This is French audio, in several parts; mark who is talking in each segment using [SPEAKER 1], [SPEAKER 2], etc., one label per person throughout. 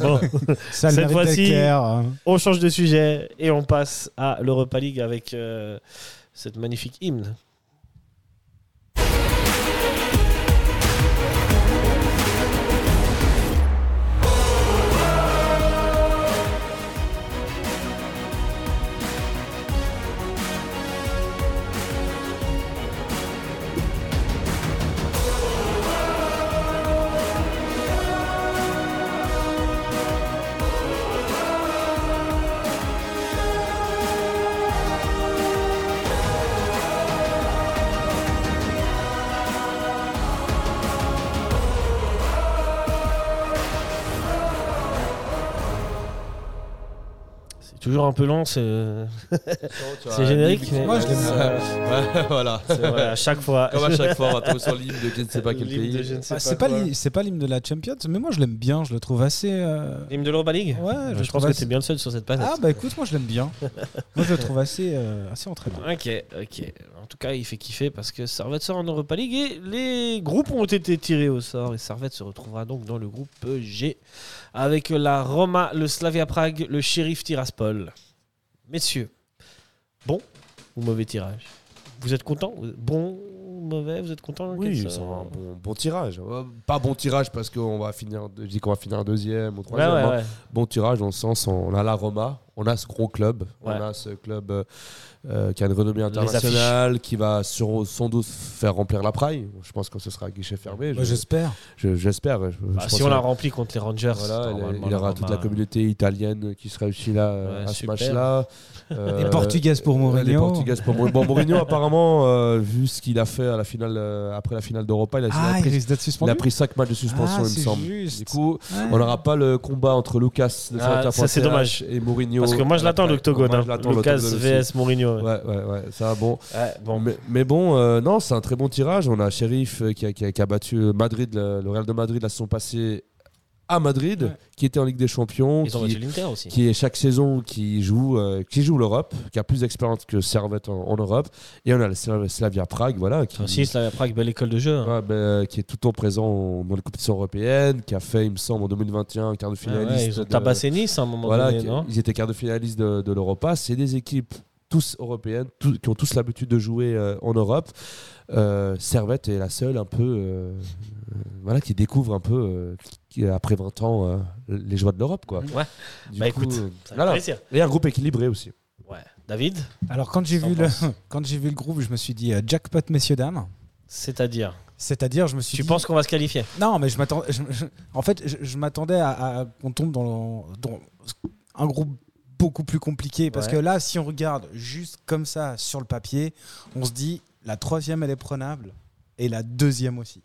[SPEAKER 1] Bon,
[SPEAKER 2] Ça
[SPEAKER 1] Cette
[SPEAKER 2] le méritait
[SPEAKER 1] fois-ci-
[SPEAKER 2] Kerr, hein.
[SPEAKER 1] on change de sujet et on passe à l'Europa League avec euh, cette magnifique hymne. C'est toujours un peu lent, ce- C'est générique, mais-
[SPEAKER 2] Moi, je l'aime
[SPEAKER 3] Ouais, voilà.
[SPEAKER 1] c'est vrai, à chaque fois.
[SPEAKER 3] Comme à chaque fois, on va tomber sur l'hymne de je ne sais pas quel
[SPEAKER 1] L'hymne de je
[SPEAKER 3] pays.
[SPEAKER 1] ne sais
[SPEAKER 2] Ah, C'est pas,
[SPEAKER 1] quoi.
[SPEAKER 2] l'hy- c'est pas l'hymne de la Champions, mais moi je l'aime bien, je le trouve assez. euh,
[SPEAKER 1] L'hymne de l'Europa League
[SPEAKER 2] Ouais,
[SPEAKER 1] Je,
[SPEAKER 2] je
[SPEAKER 1] pense
[SPEAKER 2] trouve
[SPEAKER 1] que
[SPEAKER 2] assez-
[SPEAKER 1] t'es bien le seul sur cette planète.
[SPEAKER 2] Ah bah écoute, moi je l'aime bien. moi je le trouve assez, euh, assez entraînant.
[SPEAKER 1] Ok, ok. En tout cas, il fait kiffer parce que Servette sort en Europa League et les groupes ont été tirés au sort. Et Servette se retrouvera donc dans le groupe G avec la Roma, le Slavia Prague, le Sheriff Tiraspol. Messieurs, bon ou mauvais tirage Vous êtes contents Bon ou mauvais Vous êtes contents
[SPEAKER 4] Oui,
[SPEAKER 1] Quels
[SPEAKER 4] c'est
[SPEAKER 1] sont-
[SPEAKER 4] un bon, bon tirage. Euh, Pas bon tirage parce qu'on va finir, je dis qu'on va finir deuxième ou
[SPEAKER 1] Ouais,
[SPEAKER 4] troisième.
[SPEAKER 1] ouais,
[SPEAKER 4] hein.
[SPEAKER 1] ouais.
[SPEAKER 4] Bon tirage dans le sens, on a la Roma, on a ce gros club, on
[SPEAKER 1] Ouais.
[SPEAKER 4] a ce club euh, euh, qui a une renommée internationale, qui va sur- sans doute faire remplir la praille. Je pense que ce sera à guichet fermé.
[SPEAKER 2] Bah,
[SPEAKER 4] Je-
[SPEAKER 2] J'espère.
[SPEAKER 4] je- J'espère. Je- je
[SPEAKER 1] Bah,
[SPEAKER 4] pense
[SPEAKER 1] si
[SPEAKER 4] que-
[SPEAKER 1] on la remplit contre les Rangers,
[SPEAKER 4] Voilà, il-
[SPEAKER 1] normalement, bah,
[SPEAKER 4] il y aura toute la
[SPEAKER 1] Roma-
[SPEAKER 4] communauté italienne qui sera aussi là euh,
[SPEAKER 1] Ouais,
[SPEAKER 4] à ce
[SPEAKER 1] super.
[SPEAKER 4] match-là. Euh,
[SPEAKER 2] Les Portugaises pour
[SPEAKER 4] euh, Les
[SPEAKER 2] Mourinho.
[SPEAKER 4] Portugaises pour Mourinho. Bon, Mourinho, apparemment, euh, vu ce qu'il a fait à la finale, euh, après la finale d'Europa, il a, il a
[SPEAKER 2] Ah, il
[SPEAKER 4] pris,
[SPEAKER 2] risque d'être
[SPEAKER 4] il
[SPEAKER 2] suspendu.
[SPEAKER 4] a pris 5 matchs de suspension,
[SPEAKER 2] Ah,
[SPEAKER 4] il me
[SPEAKER 2] c'est
[SPEAKER 4] semble.
[SPEAKER 2] juste.
[SPEAKER 4] Du coup,
[SPEAKER 2] Ouais.
[SPEAKER 4] on n'aura pas le combat entre Lucas de
[SPEAKER 1] Ah,
[SPEAKER 4] Saint-Étienne
[SPEAKER 1] ça, c'est
[SPEAKER 4] Pointe-Serre
[SPEAKER 1] dommage.
[SPEAKER 4] et Mourinho.
[SPEAKER 1] Parce que moi je l'attends
[SPEAKER 4] Après,
[SPEAKER 1] l'octogone.
[SPEAKER 4] moi,
[SPEAKER 1] Hein.
[SPEAKER 4] je l'attends,
[SPEAKER 1] Lucas
[SPEAKER 4] l'octogone aussi.
[SPEAKER 1] vs Mourinho. ouais.
[SPEAKER 4] Ouais, ouais, ouais, ça bon.
[SPEAKER 1] Ouais, bon,
[SPEAKER 4] Mais, mais bon, euh, non, c'est un très bon tirage. On a Sheriff euh, qui a, qui a- qui a battu Madrid, le, le Real de Madrid la saison passée à Madrid,
[SPEAKER 2] Ouais.
[SPEAKER 4] qui était en Ligue des Champions,
[SPEAKER 1] ils ont battu
[SPEAKER 4] qui,
[SPEAKER 1] l'Inter aussi.
[SPEAKER 4] qui est chaque saison qui joue, euh, qui joue l'Europe, qui a plus d'expérience que Servette en, en Europe. Et on a le Slav- Slavia Prague, voilà, qui,
[SPEAKER 1] Enfin, si, Slavia Prague, belle école de jeu. hein.
[SPEAKER 4] ouais, bah, qui est tout le temps présent dans les compétitions européennes, qui a fait, il me semble, en 2021, quart de
[SPEAKER 1] Ah ouais,
[SPEAKER 4] finaliste.
[SPEAKER 1] ils ont
[SPEAKER 4] de-
[SPEAKER 1] tabassé Nice à un moment
[SPEAKER 4] voilà,
[SPEAKER 1] donné,
[SPEAKER 4] qui-
[SPEAKER 1] non
[SPEAKER 4] ils étaient quart de finaliste de, de l'Europa. C'est des équipes tous européennes, tous- qui ont tous l'habitude de jouer euh, en Europe. Euh, Servette est la seule un peu, euh, euh, voilà, qui découvre un peu euh, qui- après 20 ans euh, les joies de l'Europe, quoi.
[SPEAKER 1] Ouais.
[SPEAKER 4] Du
[SPEAKER 1] Bah,
[SPEAKER 4] coup,
[SPEAKER 1] écoute,
[SPEAKER 4] euh,
[SPEAKER 1] Ça fait
[SPEAKER 4] voilà.
[SPEAKER 1] plaisir.
[SPEAKER 4] et un groupe équilibré aussi.
[SPEAKER 1] Ouais. David,
[SPEAKER 2] Alors quand j'ai
[SPEAKER 1] T'en
[SPEAKER 2] vu le quand j'ai vu le groupe, je me suis dit euh, jackpot messieurs dames.
[SPEAKER 1] c'est-à-dire
[SPEAKER 2] C'est-à-dire, je me suis
[SPEAKER 1] Tu
[SPEAKER 2] dit-
[SPEAKER 1] penses qu'on va se qualifier
[SPEAKER 2] Non, mais je m'attendais. je- je- En fait, je, je m'attendais à, à qu'on tombe dans, dans un groupe beaucoup plus compliqué. Parce
[SPEAKER 1] Ouais.
[SPEAKER 2] que là, si on regarde juste comme ça sur le papier, on se dit la troisième, elle est prenable. Et la deuxième aussi.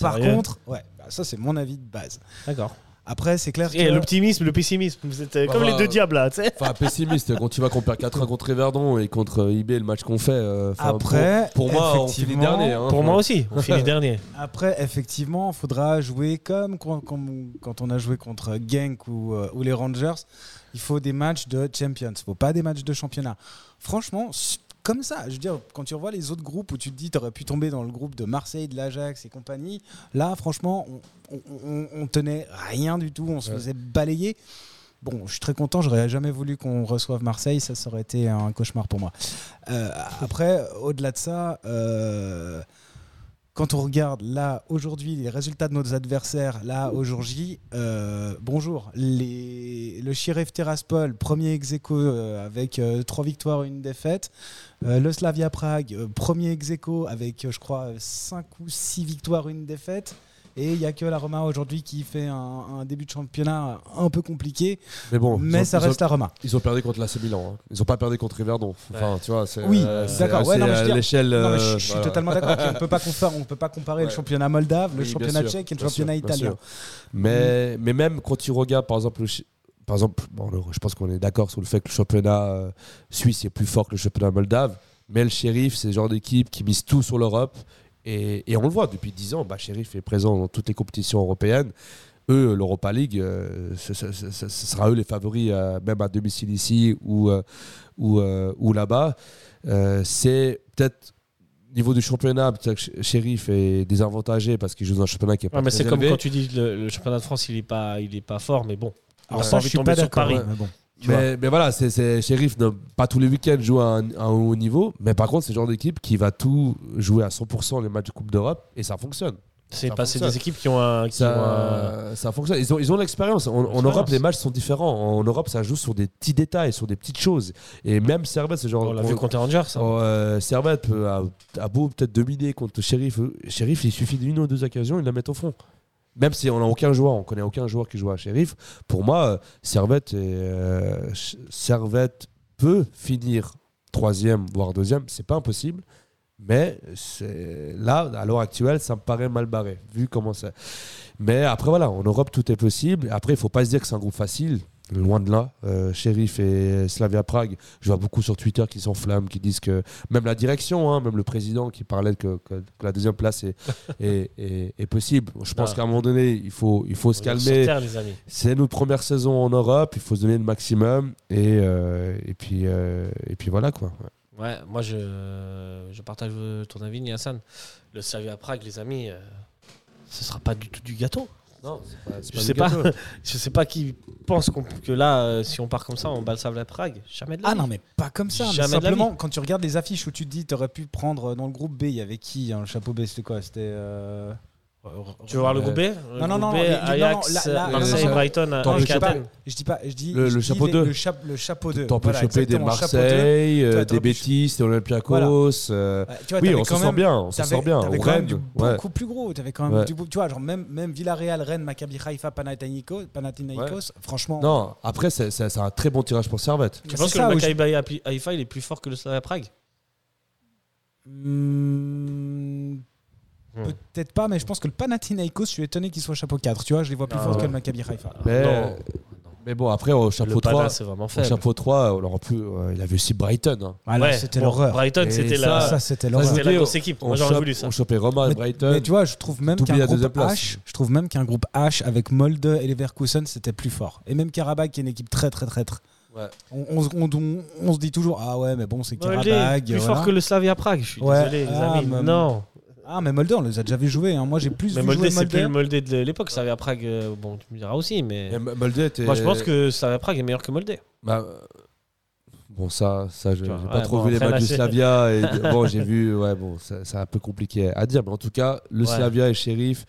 [SPEAKER 2] Par
[SPEAKER 1] Sérieux
[SPEAKER 2] contre, ouais, bah, ça, c'est mon avis de base.
[SPEAKER 1] D'accord.
[SPEAKER 2] Après, c'est clair que.
[SPEAKER 1] Et l'optimisme, le pessimisme, vous êtes euh,
[SPEAKER 4] Bah,
[SPEAKER 1] comme
[SPEAKER 4] bah,
[SPEAKER 1] les deux diables là, tu sais.
[SPEAKER 4] Enfin, pessimiste, quand tu vas qu'on perd 4-1 contre Everdon et contre euh, IB, le match qu'on fait. euh, enfin,
[SPEAKER 2] Après,
[SPEAKER 4] pour, pour moi, on finit
[SPEAKER 2] effectivement,
[SPEAKER 4] dernier. hein.
[SPEAKER 1] Pour moi aussi, on finit dernier.
[SPEAKER 2] Après, effectivement, il faudra jouer comme quand, comme- quand on a joué contre Genk ou, euh, ou les Rangers. Il faut des matchs de Champions, il faut pas des matchs de championnat. Franchement, c- comme ça, je veux dire, quand tu revois les autres groupes où tu te dis tu aurais pu tomber dans le groupe de Marseille, de l'Ajax et compagnie, là, franchement, on, on- on- on tenait rien du tout, on se
[SPEAKER 4] Ouais.
[SPEAKER 2] faisait balayer. Bon, je suis très content, j'aurais jamais voulu qu'on reçoive Marseille, ça, ça aurait été un cauchemar pour moi. Euh, après, au-delà de ça, euh, quand on regarde là aujourd'hui les résultats de nos adversaires là aujourd'hui, euh, bonjour, les, le Sheriff Tiraspol, premier ex aequo, euh, avec euh, trois victoires et une défaite, Euh, le Slavia Prague, euh, premier ex aequo, avec euh, je crois euh, cinq ou six victoires et une défaite. Et il n'y a que la Roma aujourd'hui qui fait un, un début de championnat un peu compliqué,
[SPEAKER 4] Mais bon, Oh, ils
[SPEAKER 2] mais
[SPEAKER 4] ont-
[SPEAKER 2] ça
[SPEAKER 4] ils ont-
[SPEAKER 2] reste la Roma.
[SPEAKER 4] Ils ont perdu contre l'AC Milan. hein. Ils ont pas perdu contre Riverdon. Enfin, tu vois, c'est euh,
[SPEAKER 2] Oui,
[SPEAKER 4] c'est
[SPEAKER 2] d'accord. Ouais,
[SPEAKER 4] assez
[SPEAKER 2] non, mais je veux
[SPEAKER 4] à
[SPEAKER 2] dire-
[SPEAKER 4] l'échelle.
[SPEAKER 2] Non, mais je,
[SPEAKER 4] euh,
[SPEAKER 2] je suis
[SPEAKER 4] voilà.
[SPEAKER 2] totalement d'accord. qu'on peut pas comparer, on peut pas comparer le
[SPEAKER 4] Ouais.
[SPEAKER 2] championnat moldave, le
[SPEAKER 4] Oui, bien
[SPEAKER 2] championnat
[SPEAKER 4] sûr,
[SPEAKER 2] tchèque et le
[SPEAKER 4] bien sûr,
[SPEAKER 2] championnat
[SPEAKER 4] bien
[SPEAKER 2] italien.
[SPEAKER 4] sûr. Mais, mais même quand tu regardes, par exemple, le chi- par exemple bon, le- je pense qu'on est d'accord sur le fait que le championnat euh, suisse est plus fort que le championnat moldave. Mais le shérif, c'est le genre d'équipe qui mise tout sur l'Europe. Et, et on le voit depuis 10 ans, bah, Sheriff est présent dans toutes les compétitions européennes. Eux, l'Europa League, euh, ce, ce- ce- ce- ce sera eux les favoris, euh, même à domicile ici ou, euh, ou, euh, ou là-bas. Euh, c'est peut-être niveau du championnat, peut-être que Sh- Sheriff est désavantagé parce qu'il joue dans un championnat qui est pas
[SPEAKER 1] Ouais, mais
[SPEAKER 4] très
[SPEAKER 1] c'est comme
[SPEAKER 4] élevé.
[SPEAKER 1] quand tu dis que le, le championnat de France, il est pas, il est pas fort, mais bon.
[SPEAKER 2] Alors
[SPEAKER 1] pas
[SPEAKER 2] ça,
[SPEAKER 1] envie
[SPEAKER 2] je
[SPEAKER 1] de
[SPEAKER 2] suis
[SPEAKER 1] tomber
[SPEAKER 2] pas
[SPEAKER 1] sur
[SPEAKER 2] d'accord.
[SPEAKER 1] Paris.
[SPEAKER 2] mais bon.
[SPEAKER 1] tu
[SPEAKER 4] Mais, mais voilà, c'est, c'est Sheriff, ne- pas tous les week-ends joue à un, à un haut niveau, mais par contre, c'est le genre d'équipe qui va tout jouer à 100% les matchs de Coupe d'Europe et ça fonctionne.
[SPEAKER 1] C'est passé
[SPEAKER 4] Ça fonctionne.
[SPEAKER 1] des équipes qui ont un. Qui ont un-
[SPEAKER 4] Ça, euh, ça fonctionne. Ils ont, ils ont l'expérience. En, en
[SPEAKER 1] L'expérience.
[SPEAKER 4] Europe, les matchs sont différents. En Europe, ça joue sur des petits détails, sur des petites choses. Et même Servette, c'est genre.
[SPEAKER 1] on l'a vu contre les Rangers. hein. ça.
[SPEAKER 4] Oh, euh, Servette peut- a, a beau peut-être dominer contre Sheriff. euh, Sheriff, il suffit d'une ou deux occasions, il la met au fond. Même si on n'a aucun joueur, on connaît aucun joueur qui joue à Sheriff. Pour moi, euh, Servette, est, euh, Ch- Servette peut finir troisième, voire deuxième. C'est pas impossible. Mais c'est- là, à l'heure actuelle, ça me paraît mal barré, vu comment ça. Mais après, voilà, en Europe, tout est possible. Après, il faut pas se dire que c'est un groupe facile. Loin de là. Euh, Sheriff et Slavia Prague, je vois beaucoup sur Twitter qui s'enflamment, qui disent que. Même la direction, hein, même le président qui parlait que, que- que la deuxième place est, est- est- est possible. Je pense
[SPEAKER 1] Ah.
[SPEAKER 4] qu'à un moment donné, il faut, il faut se
[SPEAKER 1] On est sur
[SPEAKER 4] calmer.
[SPEAKER 1] terre, les amis.
[SPEAKER 4] C'est notre première saison en Europe, il faut se donner le maximum. Et, euh, et, puis, euh, et puis voilà, quoi. Ouais.
[SPEAKER 1] Ouais, moi je, je partage euh, ton avis, Niassan. Le salut à Prague, les amis, euh, ce sera pas du tout du gâteau. Je sais pas, je sais pas qui pense qu'on- que là, euh, si on part comme ça, on bat le sable à Prague. Jamais de la
[SPEAKER 2] Ah
[SPEAKER 1] vie.
[SPEAKER 2] non, mais pas comme ça. mais
[SPEAKER 1] Jamais de la
[SPEAKER 2] simplement, quand tu regardes les affiches où tu te dis, t'aurais pu prendre euh, dans le groupe B, il y avait qui hein, Le chapeau B, c'était quoi C'était. euh,
[SPEAKER 1] Tu veux voir le groupe B
[SPEAKER 2] Non, non, non,
[SPEAKER 1] Le
[SPEAKER 2] non,
[SPEAKER 1] groupe B,
[SPEAKER 2] non, non,
[SPEAKER 1] Ajax, euh,
[SPEAKER 2] là, là,
[SPEAKER 1] Marseille,
[SPEAKER 4] non, non.
[SPEAKER 1] Brighton, euh,
[SPEAKER 4] Attends,
[SPEAKER 2] Non, je
[SPEAKER 1] AEK
[SPEAKER 2] dis pas.
[SPEAKER 1] Athènes.
[SPEAKER 2] Je dis pas. Je dis.
[SPEAKER 4] Le-
[SPEAKER 2] je
[SPEAKER 4] le
[SPEAKER 2] dis
[SPEAKER 4] chapeau
[SPEAKER 2] les-
[SPEAKER 4] deux.
[SPEAKER 2] Le, chap- le chapeau 2.
[SPEAKER 4] T'en peux choper des Marseille, euh,
[SPEAKER 2] Toi, t'aurais
[SPEAKER 4] des
[SPEAKER 2] pu-
[SPEAKER 4] Bétis, des Olympia
[SPEAKER 2] Voilà.
[SPEAKER 4] Coros. euh, oui, on s'en sort bien, on s'en
[SPEAKER 2] T'avais-
[SPEAKER 4] sort bien.
[SPEAKER 2] t'avais
[SPEAKER 4] Au
[SPEAKER 2] quand même
[SPEAKER 4] Rennes,
[SPEAKER 2] du
[SPEAKER 4] ouais.
[SPEAKER 2] beaucoup plus gros. T'avais quand même
[SPEAKER 4] Ouais.
[SPEAKER 2] du beau- tu vois, genre même, même Villarreal, Rennes, Maccabi Haifa, Panathinaikos, Panathinaikos franchement.
[SPEAKER 4] Non, après, c'est c'est- c'est un très bon tirage pour Servette.
[SPEAKER 1] Tu
[SPEAKER 2] c'est
[SPEAKER 1] penses que
[SPEAKER 2] ça
[SPEAKER 1] le
[SPEAKER 2] où je-
[SPEAKER 1] Maccabi Haï- Haïfa, il est plus fort que le Slavia Prague
[SPEAKER 2] Hmm,
[SPEAKER 1] Hmm.
[SPEAKER 2] Peut-être pas, mais je pense que le Panathinaikos, je suis étonné qu'il soit chapeau 4. Tu vois, je les vois plus
[SPEAKER 1] Ah
[SPEAKER 2] forts
[SPEAKER 1] ouais.
[SPEAKER 2] que le Maccabi Haifa.
[SPEAKER 4] Mais,
[SPEAKER 1] Non.
[SPEAKER 4] mais bon, après, au
[SPEAKER 1] Le
[SPEAKER 4] chapeau 3,
[SPEAKER 1] Pana, c'est vraiment
[SPEAKER 4] au
[SPEAKER 1] faible.
[SPEAKER 4] chapeau 3 on aura pu, euh, il avait aussi Brighton. hein.
[SPEAKER 2] Ah là,
[SPEAKER 1] Ouais,
[SPEAKER 2] c'était
[SPEAKER 1] bon,
[SPEAKER 2] l'horreur.
[SPEAKER 1] Brighton,
[SPEAKER 4] Et
[SPEAKER 1] c'était
[SPEAKER 4] Ah, ça,
[SPEAKER 1] la,
[SPEAKER 2] Ah, Ça, c'était
[SPEAKER 4] Ça,
[SPEAKER 2] l'horreur.
[SPEAKER 1] c'était la
[SPEAKER 4] c'était-
[SPEAKER 1] grosse équipe. Moi,
[SPEAKER 4] On
[SPEAKER 1] j'aurais
[SPEAKER 4] chope-
[SPEAKER 1] voulu ça.
[SPEAKER 4] On chopait Roma et
[SPEAKER 2] Mais,
[SPEAKER 4] Brighton.
[SPEAKER 2] mais tu vois, je trouve même
[SPEAKER 4] T'oublies
[SPEAKER 2] qu'un
[SPEAKER 4] la deuxième
[SPEAKER 2] groupe
[SPEAKER 4] place.
[SPEAKER 2] H, je trouve même qu'un groupe H avec Molde et Leverkusen, c'était plus fort. Et même Karabakh, qui est une équipe très très très très.
[SPEAKER 4] Ouais.
[SPEAKER 2] On, on se- on- on- on se dit toujours ah ouais mais bon c'est
[SPEAKER 1] Molde,
[SPEAKER 2] Karabakh.
[SPEAKER 1] plus
[SPEAKER 2] voilà.
[SPEAKER 1] fort que le Slavia Prague. Je suis
[SPEAKER 2] Ouais.
[SPEAKER 1] désolé, les
[SPEAKER 2] Ah,
[SPEAKER 1] amis.
[SPEAKER 2] mais-
[SPEAKER 1] Non.
[SPEAKER 2] Ah mais Molde on les a déjà vu jouer. hein. Moi j'ai plus
[SPEAKER 1] Mais
[SPEAKER 2] vu
[SPEAKER 1] Moldé,
[SPEAKER 2] jouer
[SPEAKER 1] c'est plus le
[SPEAKER 2] Molde.
[SPEAKER 1] Moldé de l'époque. Slavia Prague, euh, bon, tu me diras aussi, mais.
[SPEAKER 4] Et M- Molde euh, était-
[SPEAKER 1] Moi, je pense que Slavia Prague est meilleur que Moldé.
[SPEAKER 4] Bah, euh, bon, ça, ça je- j'ai
[SPEAKER 1] Tu vois,
[SPEAKER 4] pas
[SPEAKER 1] ouais,
[SPEAKER 4] trop
[SPEAKER 1] bon,
[SPEAKER 4] vu les
[SPEAKER 1] après,
[SPEAKER 4] matchs
[SPEAKER 1] là,
[SPEAKER 4] du
[SPEAKER 1] c'est-
[SPEAKER 4] Slavia. Et, bon, j'ai vu, ouais, bon, ça- c'est un peu compliqué à dire. Mais en tout cas, le
[SPEAKER 1] Ouais.
[SPEAKER 4] Slavia et Sheriff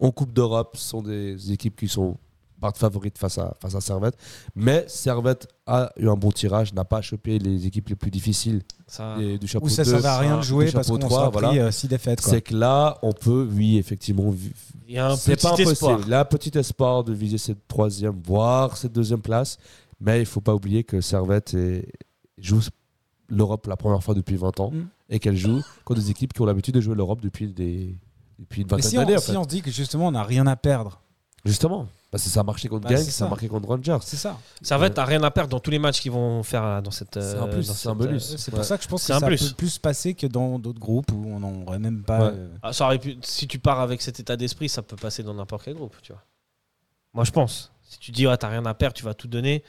[SPEAKER 4] en Coupe d'Europe sont des équipes qui sont partent favorites face à, face à Servette. Mais Servette a eu un bon tirage, n'a pas chopé les équipes les plus difficiles
[SPEAKER 1] Ça...
[SPEAKER 4] des- du chapeau
[SPEAKER 2] Où ça
[SPEAKER 4] 2.
[SPEAKER 2] servait à rien
[SPEAKER 4] du
[SPEAKER 2] de jouer
[SPEAKER 4] chapeau
[SPEAKER 2] parce qu'on
[SPEAKER 4] 3,
[SPEAKER 2] s'en a
[SPEAKER 4] voilà.
[SPEAKER 2] pris 6 défaites. quoi.
[SPEAKER 4] C'est que là, on peut, oui, effectivement, vi-
[SPEAKER 1] Il y a un
[SPEAKER 4] c'est pas
[SPEAKER 1] petit
[SPEAKER 4] impossible.
[SPEAKER 1] espoir.
[SPEAKER 4] Il y a un petit espoir de viser cette troisième, voire cette deuxième place. Mais il faut pas oublier que Servette est- joue l'Europe la première fois depuis 20 ans
[SPEAKER 2] Mm.
[SPEAKER 4] et qu'elle joue contre des équipes qui ont l'habitude de jouer l'Europe depuis, des, depuis une
[SPEAKER 2] Mais
[SPEAKER 4] vingtaine
[SPEAKER 2] si on,
[SPEAKER 4] d'années. en
[SPEAKER 2] si
[SPEAKER 4] fait.
[SPEAKER 2] on se dit que justement on n'a rien à perdre,
[SPEAKER 4] Justement. Parce que ça a marché contre
[SPEAKER 2] Bah,
[SPEAKER 4] Genk,
[SPEAKER 2] c'est
[SPEAKER 4] ça a
[SPEAKER 2] ça.
[SPEAKER 4] marché contre Rangers.
[SPEAKER 2] c'est ça.
[SPEAKER 1] Servette n'a rien à perdre dans tous les matchs qu'ils vont faire euh, dans cette.
[SPEAKER 4] C'est
[SPEAKER 1] euh,
[SPEAKER 4] un plus,
[SPEAKER 1] dans
[SPEAKER 4] c'est un
[SPEAKER 1] cette,
[SPEAKER 4] bonus.
[SPEAKER 1] euh,
[SPEAKER 2] C'est pour
[SPEAKER 4] Ouais.
[SPEAKER 2] ça que je pense que
[SPEAKER 1] C'est un
[SPEAKER 2] ça
[SPEAKER 1] plus.
[SPEAKER 2] peut plus se passer que dans d'autres groupes où on n'aurait même pas.
[SPEAKER 4] Ouais.
[SPEAKER 2] euh,
[SPEAKER 1] ah, ça aurait pu- Si tu pars avec cet état d'esprit, ça peut passer dans n'importe quel groupe, tu vois. Moi, je pense. Si tu dis, ah, t'as rien à perdre, tu vas tout donner,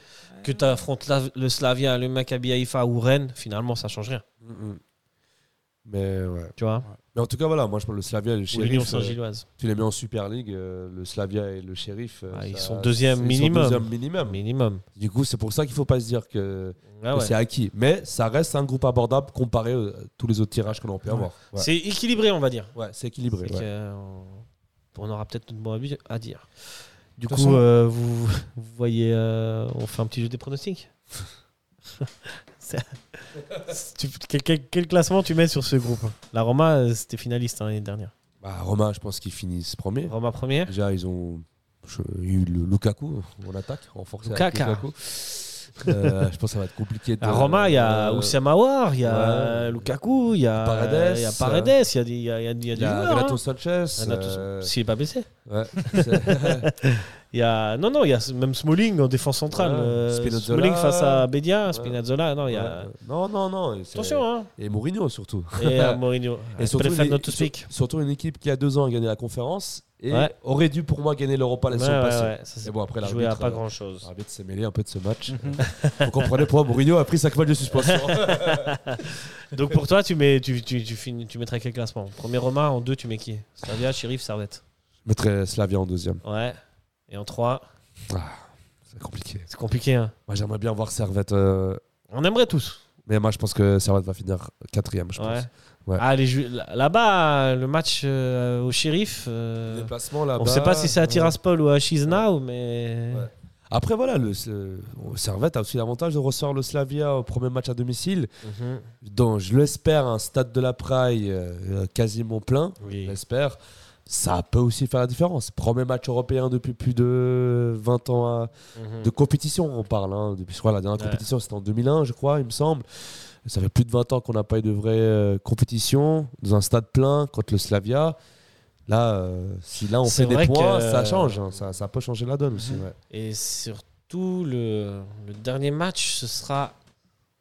[SPEAKER 1] que tu affrontes le Slavia, le Maccabi Haïfa ou Rennes, finalement, ça change rien,
[SPEAKER 4] Mm-mm. Mm, Mais ouais.
[SPEAKER 1] tu vois.
[SPEAKER 4] Mais en tout cas, voilà, moi je parle le Slavia et le
[SPEAKER 1] Ou l'Union
[SPEAKER 4] Sheriff. euh,
[SPEAKER 1] Saint-Gilloise.
[SPEAKER 4] tu les mets en Super League, euh, le Slavia et le Sheriff. euh,
[SPEAKER 1] Ah, ils
[SPEAKER 4] ça-
[SPEAKER 1] sont deuxième
[SPEAKER 4] ils sont
[SPEAKER 1] minimum.
[SPEAKER 4] deuxième minimum.
[SPEAKER 1] Minimum.
[SPEAKER 4] Du coup, c'est pour ça qu'il faut pas se dire que
[SPEAKER 1] Ah
[SPEAKER 4] que
[SPEAKER 1] ouais.
[SPEAKER 4] c'est acquis. Mais ça reste un groupe abordable comparé euh, à tous les autres tirages que l'on peut avoir. Ouais,
[SPEAKER 1] C'est équilibré, on va dire.
[SPEAKER 4] Ouais, c'est équilibré.
[SPEAKER 1] C'est
[SPEAKER 4] ouais.
[SPEAKER 1] que, euh, on aura peut-être notre mot à bi- à dire. Du
[SPEAKER 2] De
[SPEAKER 1] coup,
[SPEAKER 2] toute façon-
[SPEAKER 1] euh, vous, vous voyez, euh, on fait un petit jeu des pronostics C'est- tu- quel, quel- quel classement tu mets sur ce groupe La Roma, euh, c'était finaliste hein, l'année dernière.
[SPEAKER 4] Bah, Romain, je pense qu'ils finissent premier.
[SPEAKER 1] Roma première.
[SPEAKER 4] Déjà, ils ont je- eu le Lukaku en attaque, renforcé avec
[SPEAKER 1] Lukaka.
[SPEAKER 4] Lukaku. Euh, je pense que ça va être compliqué. De,
[SPEAKER 1] À Roma, Ah, il y a
[SPEAKER 4] euh,
[SPEAKER 1] Oussama Aouar, il y a
[SPEAKER 4] ouais.
[SPEAKER 1] Lukaku, il y a
[SPEAKER 4] Paredes,
[SPEAKER 1] il y a Paredes, il y a des- il y a, il y a- il y a
[SPEAKER 4] il
[SPEAKER 1] des
[SPEAKER 4] y a
[SPEAKER 1] joueurs,
[SPEAKER 4] Renato
[SPEAKER 1] hein.
[SPEAKER 4] Sanchez.
[SPEAKER 1] Renato-
[SPEAKER 4] euh,
[SPEAKER 1] S'il n'est pas blessé.
[SPEAKER 4] Ouais. C'est-
[SPEAKER 1] Il y a... Non, non, il y a même Smalling en défense centrale.
[SPEAKER 4] Ouais.
[SPEAKER 1] euh,
[SPEAKER 4] Spinazzola.
[SPEAKER 1] Smalling face à Bedia, Spinazzola. Non, il y a...
[SPEAKER 4] Ouais. Non, non, non. et c'est-
[SPEAKER 1] Attention, hein.
[SPEAKER 4] Et Mourinho surtout.
[SPEAKER 1] Et à Mourinho.
[SPEAKER 4] Euh, Et surtout,
[SPEAKER 1] Préfère
[SPEAKER 4] une-
[SPEAKER 1] not to
[SPEAKER 4] sur-
[SPEAKER 1] speak.
[SPEAKER 4] surtout une équipe qui, il y a deux ans, a gagné la conférence et
[SPEAKER 1] Ouais.
[SPEAKER 4] aurait dû pour moi gagner l'Europa la
[SPEAKER 1] Ouais,
[SPEAKER 4] saison
[SPEAKER 1] ouais,
[SPEAKER 4] passée.
[SPEAKER 1] ouais, ça, c'est
[SPEAKER 4] Et bon, après
[SPEAKER 1] joué à
[SPEAKER 4] l'arbitre.
[SPEAKER 1] pas
[SPEAKER 4] euh,
[SPEAKER 1] grand chose.
[SPEAKER 4] L'arbitre s'est mêlé un peu de ce match. Vous comprenez pourquoi Mourinho a pris 5 matchs de suspension.
[SPEAKER 1] Donc pour toi, tu, mets, tu, tu, tu, finis- tu mettrais quel classement Premier Romain, en deux, tu mets qui Slavia, Sheriff, Servette.
[SPEAKER 4] Je mettrais Slavia en deuxième.
[SPEAKER 1] Ouais. Et en trois,
[SPEAKER 4] C'est compliqué.
[SPEAKER 1] c'est compliqué. Hein.
[SPEAKER 4] Moi, j'aimerais bien voir Servette. euh,
[SPEAKER 1] On aimerait tous.
[SPEAKER 4] Mais moi, je pense que Servette va finir quatrième, je
[SPEAKER 1] Ouais.
[SPEAKER 4] pense. Ouais.
[SPEAKER 1] Ah, les Ju- Là-bas, le match euh, au Sheriff, euh,
[SPEAKER 4] Déplacement là
[SPEAKER 1] on ne sait pas si c'est à Tiraspol ou à Chisinau, mais...
[SPEAKER 4] Ouais. Après, voilà, le, ce- Servette a aussi l'avantage de recevoir le Slavia au premier match à domicile.
[SPEAKER 1] Mhm.
[SPEAKER 4] Donc, je l'espère, un stade de la Praille euh, quasiment plein.
[SPEAKER 1] Oui.
[SPEAKER 4] J'espère. Ça peut aussi faire la différence. Premier match européen depuis plus de 20 ans à-
[SPEAKER 1] Mhm.
[SPEAKER 4] de compétition, on parle. hein. Depuis, je crois, la dernière
[SPEAKER 1] Ouais.
[SPEAKER 4] compétition, c'était en 2001, je crois, il me semble. Ça fait plus de 20 ans qu'on n'a pas eu de vraie euh, compétition dans un stade plein contre le Slavia. Là, euh, si là on
[SPEAKER 1] C'est
[SPEAKER 4] fait des
[SPEAKER 1] vrai
[SPEAKER 4] points,
[SPEAKER 1] que- euh,
[SPEAKER 4] ça change. hein. Ça, ça peut changer la donne aussi. ouais.
[SPEAKER 1] Et surtout, le, le dernier match, ce sera.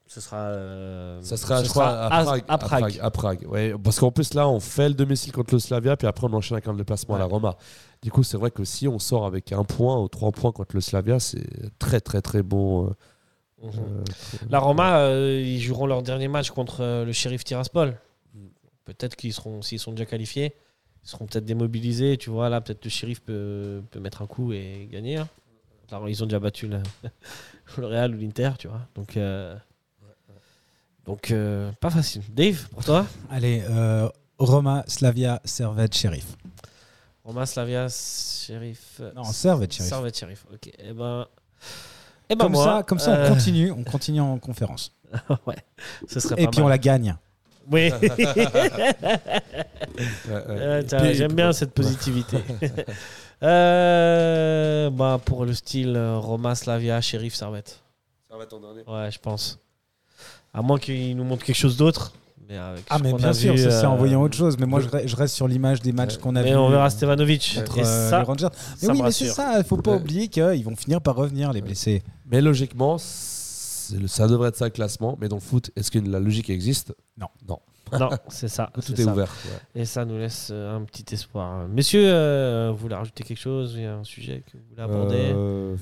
[SPEAKER 1] Ce sera. euh,
[SPEAKER 4] Ça sera,
[SPEAKER 1] ce
[SPEAKER 4] je crois,
[SPEAKER 1] sera
[SPEAKER 4] à, Prague.
[SPEAKER 1] à Prague.
[SPEAKER 4] à Prague, ouais. Parce qu'en plus, là, on fait le domicile contre le Slavia, puis après, on enchaîne avec un déplacement à la
[SPEAKER 1] Ouais.
[SPEAKER 4] Roma. Du coup, c'est vrai que si on sort avec un point ou trois points contre le Slavia, c'est très, très, très bon. euh,
[SPEAKER 1] Mhm.
[SPEAKER 4] euh,
[SPEAKER 1] La Roma, euh, ils joueront leur dernier match contre euh, le shérif Tiraspol.
[SPEAKER 4] Mm.
[SPEAKER 1] Peut-être qu'ils seront, s'ils sont déjà qualifiés, ils seront peut-être démobilisés. Tu vois, là, peut-être le shérif peut, peut mettre un coup et gagner. hein. La- ils ont déjà battu le, le Real ou l'Inter, tu vois. Donc, euh, donc euh, pas facile. Dave, pour toi
[SPEAKER 2] Allez, euh, Roma, Slavia, Servette, Sheriff.
[SPEAKER 1] Roma, Slavia, shérif. euh,
[SPEAKER 2] Non, Servette, Sheriff.
[SPEAKER 1] Servette Sheriff. Ok. Et ben, et ben
[SPEAKER 2] Comme,
[SPEAKER 1] moi,
[SPEAKER 2] ça, comme ça,
[SPEAKER 1] euh,
[SPEAKER 2] on continue, on continue en conférence.
[SPEAKER 1] ouais, ce serait
[SPEAKER 2] Et
[SPEAKER 1] pas
[SPEAKER 2] puis on
[SPEAKER 1] mal.
[SPEAKER 2] la gagne.
[SPEAKER 1] Oui.
[SPEAKER 4] ouais, ouais.
[SPEAKER 1] Euh, tiens,
[SPEAKER 4] Puis-
[SPEAKER 1] J'aime bien cette positivité. Euh, bah, pour le style euh, Roma, Slavia, Sheriff, Servette. Ouais, je pense. À moins qu'il nous montre quelque chose d'autre. Mais avec
[SPEAKER 2] Ah,
[SPEAKER 1] ce
[SPEAKER 2] mais
[SPEAKER 1] qu'on
[SPEAKER 2] bien
[SPEAKER 1] a
[SPEAKER 2] sûr,
[SPEAKER 1] vu,
[SPEAKER 2] ça c'est
[SPEAKER 1] euh,
[SPEAKER 2] en voyant autre chose. Mais moi, je re- je reste sur l'image des matchs qu'on a
[SPEAKER 1] Mais
[SPEAKER 2] vus
[SPEAKER 1] on verra
[SPEAKER 2] euh,
[SPEAKER 1] Stevanovic.
[SPEAKER 2] contre
[SPEAKER 1] Et
[SPEAKER 2] euh,
[SPEAKER 1] ça,
[SPEAKER 2] les Rangers. Mais
[SPEAKER 1] ça
[SPEAKER 2] oui,
[SPEAKER 1] me
[SPEAKER 2] mais c'est
[SPEAKER 1] rassure.
[SPEAKER 2] ça, il faut pas
[SPEAKER 4] Ouais.
[SPEAKER 2] oublier qu'ils vont finir par revenir, les blessés.
[SPEAKER 4] Mais logiquement, c'est le- ça devrait être ça le classement. Mais dans le foot, est-ce que la logique existe
[SPEAKER 1] Non, c'est ça.
[SPEAKER 4] Tout
[SPEAKER 1] c'est
[SPEAKER 4] est,
[SPEAKER 1] ça.
[SPEAKER 4] ouvert.
[SPEAKER 1] Et ça nous laisse euh, un petit espoir. Messieurs, euh, vous voulez rajouter quelque chose Il y a un sujet que vous voulez aborder
[SPEAKER 4] Euh,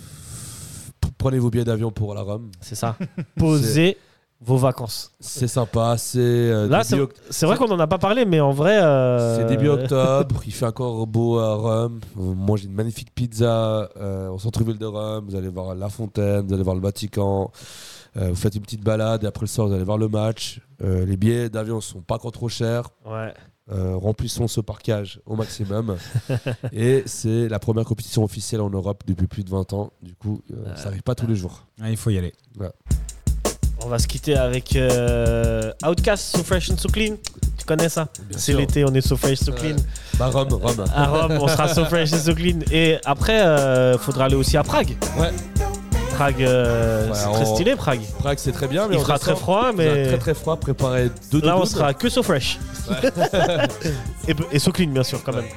[SPEAKER 4] p- Prenez vos billets d'avion pour la Rome.
[SPEAKER 1] C'est ça. Posez vos vacances.
[SPEAKER 4] C'est sympa. C'est euh,
[SPEAKER 1] Là,
[SPEAKER 4] début, oct-
[SPEAKER 1] C'est vrai qu'on n'en a pas parlé, mais en vrai. euh,
[SPEAKER 4] c'est début octobre. il fait encore beau à Rome. Vous mangez une magnifique pizza euh, au centre-ville de Rome. Vous allez voir la fontaine. Vous allez voir le Vatican. Euh, vous faites une petite balade. Et après le soir, vous allez voir le match. Euh, les billets d'avion sont pas encore trop chers.
[SPEAKER 1] Ouais.
[SPEAKER 4] Euh, remplissons ce parcage au maximum. et c'est la première compétition officielle en Europe depuis plus de 20 ans. Du coup, euh, ça n'arrive pas tous les jours.
[SPEAKER 2] Ah, il faut y aller.
[SPEAKER 1] On va se quitter avec euh, Outcast, So Fresh and So Clean. Tu connais ça euh, C'est l'été, on est So Fresh, So Clean.
[SPEAKER 4] Bah, Rome, Rome.
[SPEAKER 1] À Rome, on sera So Fresh and So Clean. Et après, euh, faudra aller aussi à Prague.
[SPEAKER 4] Ouais.
[SPEAKER 1] Prague, euh,
[SPEAKER 4] Ouais,
[SPEAKER 1] c'est
[SPEAKER 4] on-
[SPEAKER 1] très stylé, Prague.
[SPEAKER 4] Prague, c'est très bien. Mais
[SPEAKER 1] Il
[SPEAKER 4] on
[SPEAKER 1] fera
[SPEAKER 4] descend.
[SPEAKER 1] très froid,
[SPEAKER 4] Il fera
[SPEAKER 1] mais
[SPEAKER 4] Très très froid. Préparez deux
[SPEAKER 1] là, on
[SPEAKER 4] doudounes.
[SPEAKER 1] sera que So Fresh. et, et So Clean, bien sûr, quand même.